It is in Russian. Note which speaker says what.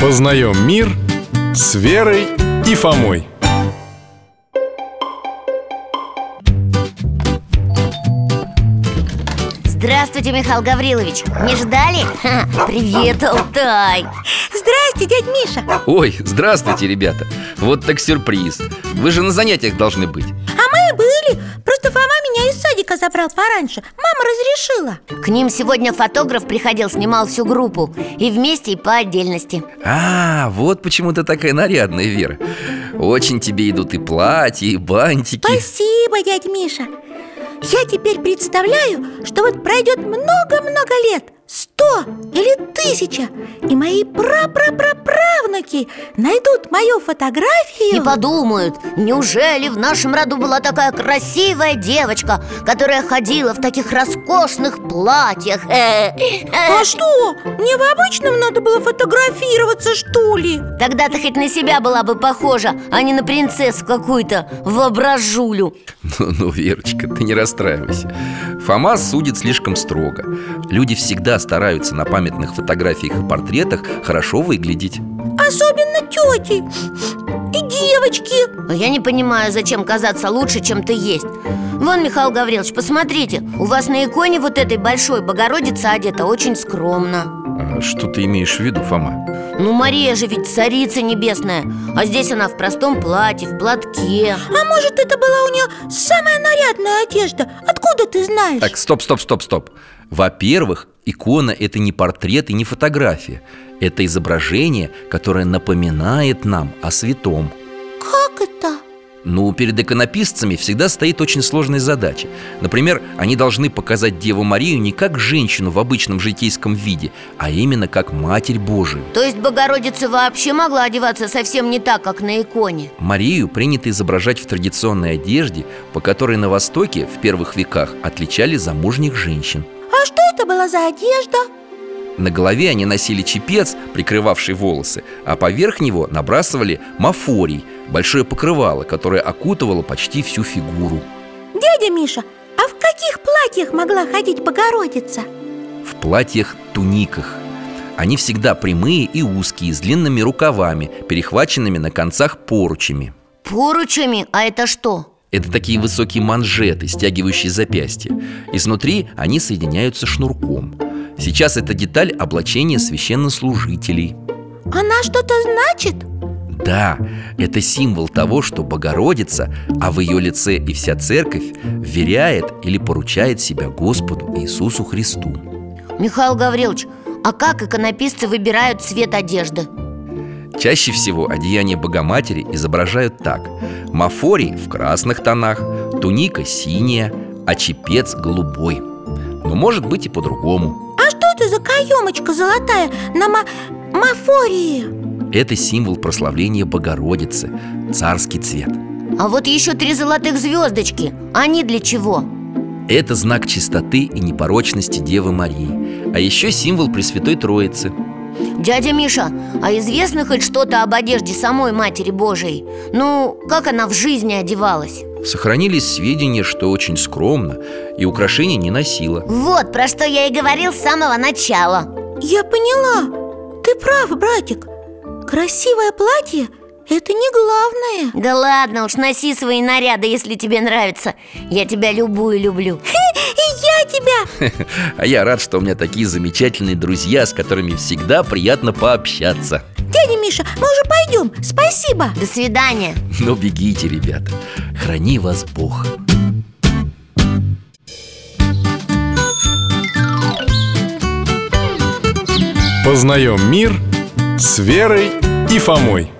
Speaker 1: Познаем мир с Верой и Фомой.
Speaker 2: Здравствуйте, Михаил Гаврилович Не ждали? Ха, привет, Алтай
Speaker 3: Здрасте, дядь Миша
Speaker 4: Ой, здравствуйте, ребята Вот так сюрприз Вы же на занятиях должны быть
Speaker 3: А мы были Просто Фома меня из садика забрал пораньше Мама разрешила
Speaker 2: К ним сегодня фотограф приходил, снимал всю группу И вместе, и по отдельности
Speaker 4: А, вот почему ты такая нарядная, Вера Очень тебе идут и платья, и бантики
Speaker 3: Спасибо, дядь Миша Я теперь представляю, что вот пройдет много-много лет Сто или тысяча И мои пра-пра-пра-правнуки найдут мою
Speaker 2: И
Speaker 3: фотографию
Speaker 2: подумают, неужели в нашем роду была такая красивая девочка Которая ходила в таких роскошных платьях Э,
Speaker 3: А что? Мне в обычном надо было фотографироваться, что ли?
Speaker 2: Тогда ты хоть на себя была бы похожа, а не на принцессу какую-то воображулю
Speaker 4: Ну, ну, Верочка, ты не расстраивайся Фома судит слишком строго Люди всегда стараются на памятных фотографиях и портретах хорошо выглядеть
Speaker 3: Особенно тети и девочки
Speaker 2: Но я не понимаю, зачем казаться лучше, чем ты есть Вон, Михаил Гаврилович, посмотрите У вас на иконе вот этой большой Богородица одета очень скромно
Speaker 4: А Что ты имеешь в виду, Фома?
Speaker 2: Ну, Мария же ведь царица небесная А здесь она в простом платье, в платке
Speaker 3: А может, это была у нее самая нарядная одежда? Откуда ты знаешь?
Speaker 4: Так, стоп, стоп, стоп, стоп Во-первых, икона – это не портрет и не фотография Это изображение, которое напоминает нам о святом
Speaker 3: Как это?
Speaker 4: Ну, перед иконописцами всегда стоит очень сложная задача. Например, они должны показать Деву Марию не как женщину в обычном житейском виде, а именно как Матерь Божию.
Speaker 2: То есть Богородица вообще могла одеваться совсем не так, как на иконе
Speaker 4: Марию принято изображать в традиционной одежде, по которой на Востоке в первых веках отличали замужних женщин.
Speaker 3: А что это была за одежда?
Speaker 4: На голове они носили чепец, прикрывавший волосы, а поверх него набрасывали мафорий – большое покрывало, которое окутывало почти всю фигуру.
Speaker 3: Дядя Миша, а в каких платьях могла ходить Богородица?
Speaker 4: в платьях-туниках. Они всегда прямые и узкие, с длинными рукавами, перехваченными на концах поручами.
Speaker 2: Поручами? А это что?
Speaker 4: Это такие высокие манжеты, стягивающие запястья. Изнутри они соединяются шнурком. Сейчас это деталь облачения священнослужителей.
Speaker 3: Она что-то значит?
Speaker 4: Да, это символ того, что Богородица, а в ее лице и вся церковь, веряет или поручает себя Господу Иисусу Христу.
Speaker 2: Михаил Гаврилович, а как иконописцы выбирают цвет одежды?
Speaker 4: Чаще всего одеяние Богоматери изображают так Мафорий в красных тонах, туника синяя, а чепец голубой Но может быть и по-другому
Speaker 3: А что это за каемочка золотая на ма- мафории?
Speaker 4: Это символ прославления Богородицы, царский цвет
Speaker 2: А вот еще три золотых звездочки Они для чего?
Speaker 4: Это знак чистоты и непорочности Девы Марии А еще символ Пресвятой Троицы
Speaker 2: Дядя Миша, а известно хоть что-то об одежде самой Матери Божией? Ну, как она в жизни одевалась?
Speaker 4: Сохранились сведения, что очень скромно и украшения не носила
Speaker 2: Вот про что я и говорил с самого начала
Speaker 3: Я поняла. Ты прав, братик. Красивое платье – это не главное.
Speaker 2: Да ладно уж, носи свои наряды, если тебе нравится Я тебя любую люблю
Speaker 3: И я тебя.
Speaker 4: А я рад, что у меня такие замечательные друзья, с которыми всегда приятно пообщаться
Speaker 3: Дядя Миша, мы уже пойдем. Спасибо.
Speaker 2: До свидания
Speaker 4: Но Ну, бегите, ребята Храни вас Бог
Speaker 1: Познаем мир с Верой и Фомой.